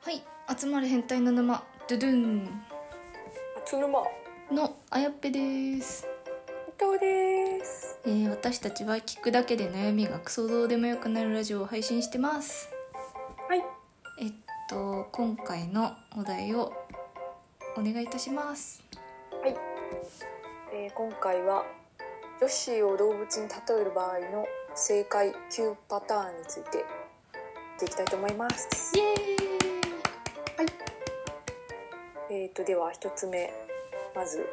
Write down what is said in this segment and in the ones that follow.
はい集まれ変態の沼ドゥドゥンつぬまのあやっぺです、伊藤ですえー私たちは聞くだけで悩みがクソどうでもよくなるラジオを配信してますはいえっと今回のお題をお願いいたしますはい、えー、今回はヨッシーを動物に例える場合の正解9パターンについてでいきたいと思いますイエえーとでは一つ目まず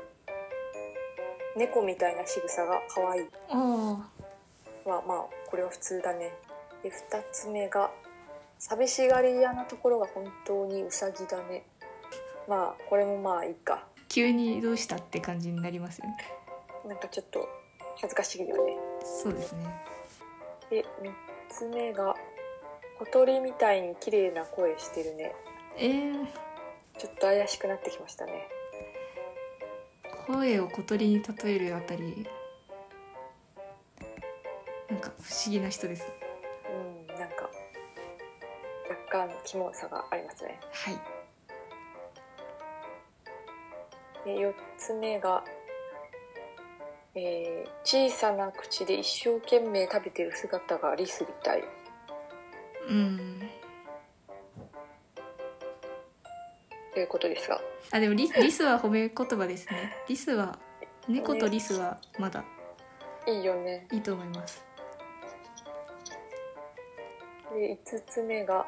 猫みたいな仕草が可愛いーイおーはまあこれは普通だねで二つ目が寂しがり屋なところが本当にウサギだねまあこれもまあいいか急にどうしたって感じになりますよねなんかちょっと恥ずかしいよねそうですねで3つ目が小鳥みたいに綺麗な声してるねえー、ちょっと怪しくなってきましたね声を小鳥に例えるあたりなんか不思議な人ですうんなんか若干キモさがありますねはいで4つ目が、えー小さな口で一生懸命食べてる姿がリスみたいうんということですがあでもリリスは褒め言葉ですねリスは猫とリスはまだいいよねいいと思いますで5つ目が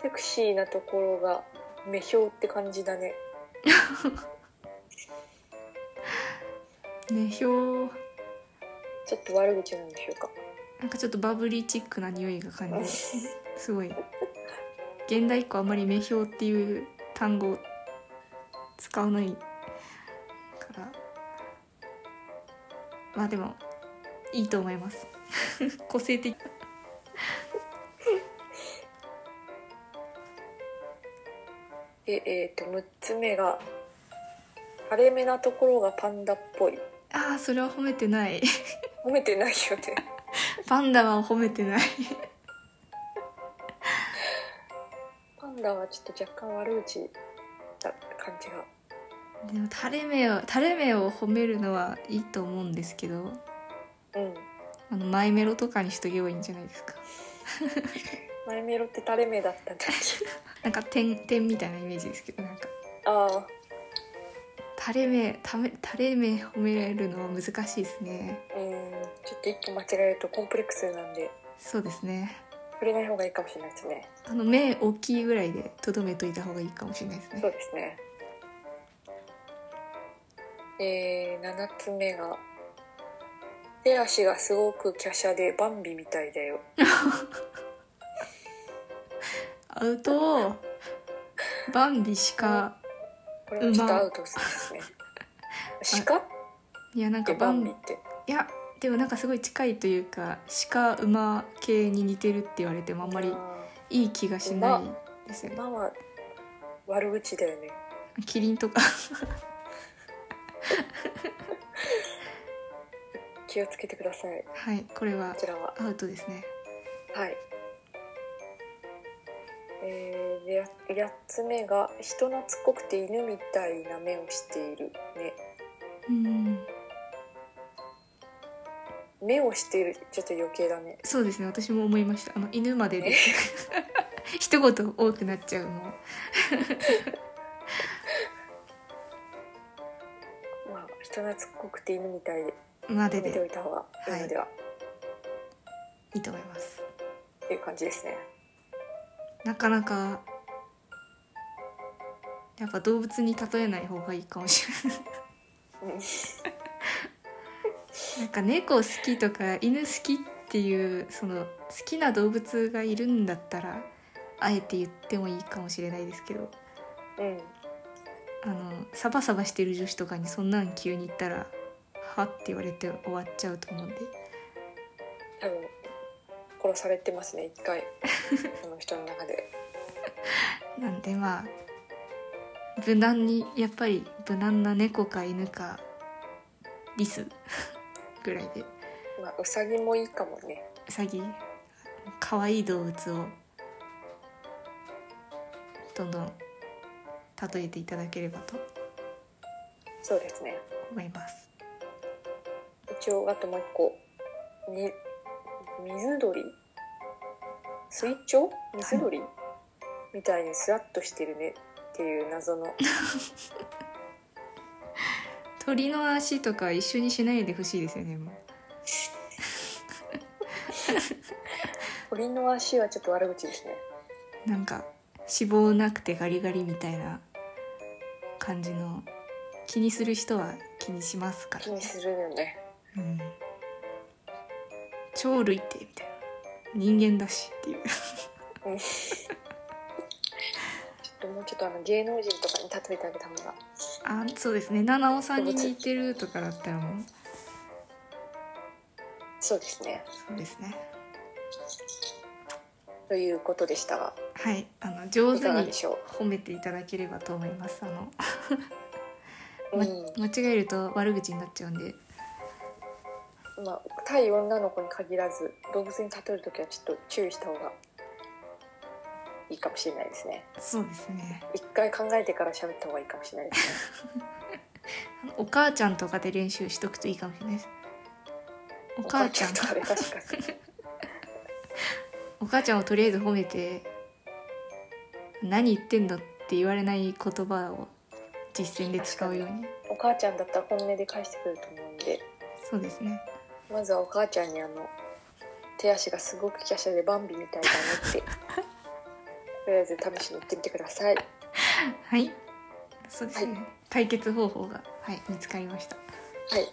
セクシーなところが目標って感じだねねひょうちょっと悪口なんでしょうかなんかちょっとバブリーチックな匂いが感じるすごい現代以降あまり目標っていう単語を使わないからまあでもいいと思います 個性的で、えー、と6つ目が垂れ目なところがパンダっぽいああそれは褒めてない褒めてないよねパンダは褒めてないパンダはちょっと若干悪口だ感じがでも垂れ目を垂れ目を褒めるのはいいと思うんですけどうんあのマイメロとかにしとけばいいんじゃないですか前メロって垂れ目だったんだっなんか点点みたいなイメージですけどなんかけああ垂れ目ため垂れ目褒めるのは難しいですねうんちょっと一歩間違えるとコンプレックスなんでそうですね触れない方がいいかもしれないですねあの目大きいぐらいでとどめといた方がいいかもしれないですそねうですねえー、7つ目が手足がすごく華奢でバンビみたいだよアウトバンビ鹿これはちょっとアウトですね。鹿っいやなんかてババンンビビって。いやでもなんかすごい近いというか鹿馬系に似てるって言われてもあんまりいい気がしないですよねまあまあ悪口だよね。キリンとか気をつけてください。はいこれはこちらは。アウトですねはい。えー、でや八つ目が人懐っこくて犬みたいな目をしているね。うん目をしているちょっと余計だね。そうですね私も思いましたあの犬までで 一言多くなっちゃうもまあ人懐っこくて犬みたいでうまで見ておでいた方がいいのでは、いいと思いますっていう感じですね。なかなかやっぱ動物に例えない方がいいかもしれないうん なんか猫好きとか犬好きっていうその好きな動物がいるんだったらあえて言ってもいいかもしれないですけどうん。あのサバサバしてる女子とかにそんなん急に言ったら「は」って言われて終わっちゃうと思うんで多分殺されてますね一回その人の中でなんでまあ無難にやっぱり無難な猫か犬かリス ぐらいでまあウサギもいいかもねウサギ可愛い動物をどんどん例えていただければとそうですね思います一応あともう一個に水鳥水鳥水鳥、みたいにスラッとしてるねっていう謎の鳥の足とか一緒にしないでほしいですよねもう鳥の足はちょっと悪口ですねなんか脂肪なくてガリガリみたいな感じの気にする人は気にしますから気にするよねうん鳥類ってみたいな人間だしっていうちょっともうちょっとあの芸能人とかに例えてあげた方が あそうですね七尾さんに似てるとかだったらもうそうですねそうですねということでしたがはいあの上い手かがにでしょ褒めていただければと思いますあのう、まう間違えると悪口になっちゃうんでんまあ、対女の子に限らず動物に例える時はちょっと注意した方がいいかもしれないですねそうですね一回考えてから喋った方がいいかもしれないですねあのお母ちゃんとかで練習しとくといいかもしれないです お母ちゃんお母とかで確かにお母ちゃんをとりあえず褒めて何言ってんだって言われない言葉を実践で使うようにお母ちゃんだったら本音で返してくれると思うんでそうですねまずはお母ちゃんにあの手足がすごく華奢でバンビみたいだねって とりあえず試しに行ってみてくださいはいそうですね、解決方法がはい見つかりましたはい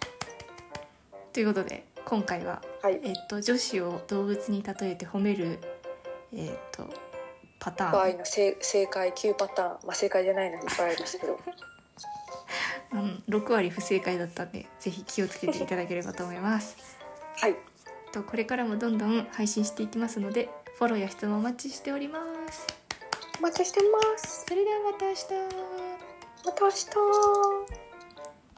ということで今回ははいえっと女子を動物に例えて褒めるえっとパタ場合ーの正正解9パターン、まあ、正解じゃないのいっぱいありましたけどン、うん、6割不正解だったんでぜひ気をつけていただければと思いますはいえっとこれからもどんどん配信していきますのでフォローや質問お待ちしておりますお待ちしてますそれではまた明日また明日